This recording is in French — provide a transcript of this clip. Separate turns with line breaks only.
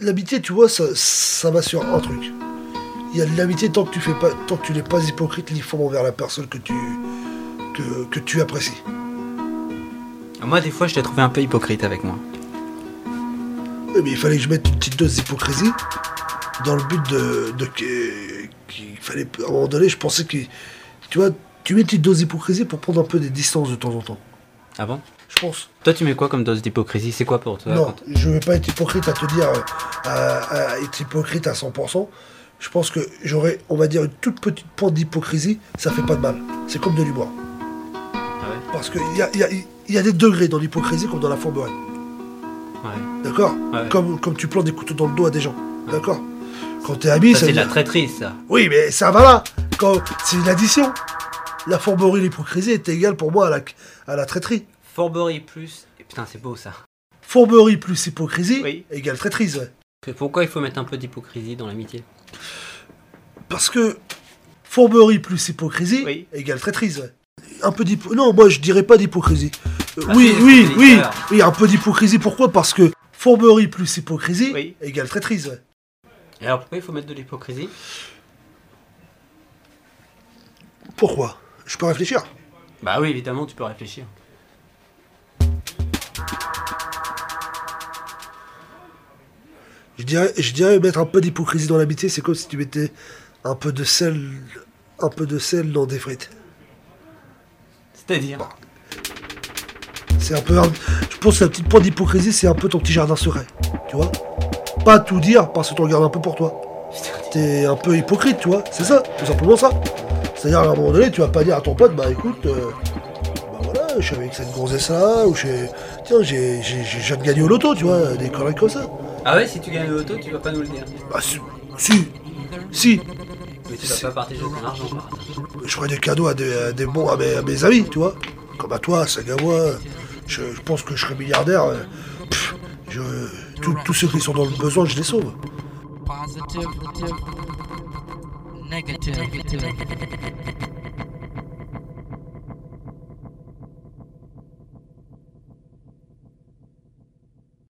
l'amitié, tu vois, ça, ça va sur un truc. Il y a de l'amitié tant que tu fais pas, tant que tu n'es pas hypocrite ni faux envers la personne que tu, que, que tu apprécies.
Ah, Moi, des fois, je t'ai trouvé un peu hypocrite avec moi.
Oui, mais il fallait que je mette une petite dose d'hypocrisie dans le but de, de qu'il qu'il fallait à un moment donné, je pensais que tu vois, tu mets une petite dose d'hypocrisie pour prendre un peu des distances de temps en temps.
Ah bon
Je pense.
Toi, tu mets quoi comme dose d'hypocrisie C'est quoi pour toi
Non,
quand-
je ne vais pas être hypocrite à te dire, euh, à, à être hypocrite à 100%. Je pense que j'aurais, on va dire, une toute petite pointe d'hypocrisie, ça fait pas de mal. C'est comme de l'humour.
Ah ouais
Parce qu'il y a, il y a- il y a des degrés dans l'hypocrisie comme dans la fourberie.
Ouais.
D'accord
Ah Ouais.
comme, comme tu plantes des couteaux dans le dos à des gens. D'accord Quand t'es ami,
Ça,
ça
c'est de
veut
la
dire-
traîtrise, ça.
Oui, mais ça va là Quand- C'est une addition. La fourberie et l'hypocrisie est égale pour moi à la, à la traîtrise.
Forbury plus. Et Putain, c'est beau ça.
Fourberie plus hypocrisie
Oui.
égale traîtrise, ouais.
Que- Pourquoi il faut mettre un peu d'hypocrisie dans l'amitié
Parce que fourberie plus hypocrisie
Oui.
égale traîtrise. ouais. Un peu d'hypocrisie. Non, moi je dirais pas d'hypocrisie. Euh,
Bah,
oui,
si,
oui,
c'est
oui,
l'histoire.
oui, un peu d'hypocrisie. Pourquoi Parce que fourberie plus hypocrisie
Oui.
égale traîtrise. ouais.
Et alors pourquoi il faut mettre de l'hypocrisie
Pourquoi Je peux réfléchir.
Bah oui, évidemment, tu peux réfléchir.
Je dirais, je dirais mettre un peu d'hypocrisie dans l'amitié, c'est comme si tu mettais un peu de sel, un peu de sel dans des frites.
C'est-à-dire
C'est un peu, un- je pense que la petite pointe d'hypocrisie, c'est un peu ton petit jardin secret, tu vois. Pas tout dire parce que tu regardes un peu pour toi. T'es un peu hypocrite, tu vois. C'est ça, tout simplement ça. C'est-à-dire à un moment donné, tu vas pas dire à ton pote, bah écoute, euh, bah voilà, je suis avec cette gonzesse là, ou je, suis- tiens, j'ai, j'ai, j'ai, je viens de gagner au loto, tu vois, des conneries comme ça.
Ah ouais, si tu gagnes l'auto, tu vas pas nous le dire.
Bah si, si, si,
Mais tu vas pas partager ton argent. par hasard.
je ferais des cadeaux à des, à des bons à mes, à mes amis, tu vois. Comme à toi, Sagawa. Je, je pense que je serais milliardaire. euh, pff, je, tous- tous ceux qui sont dans le besoin, je les sauve.
Positive. Negative.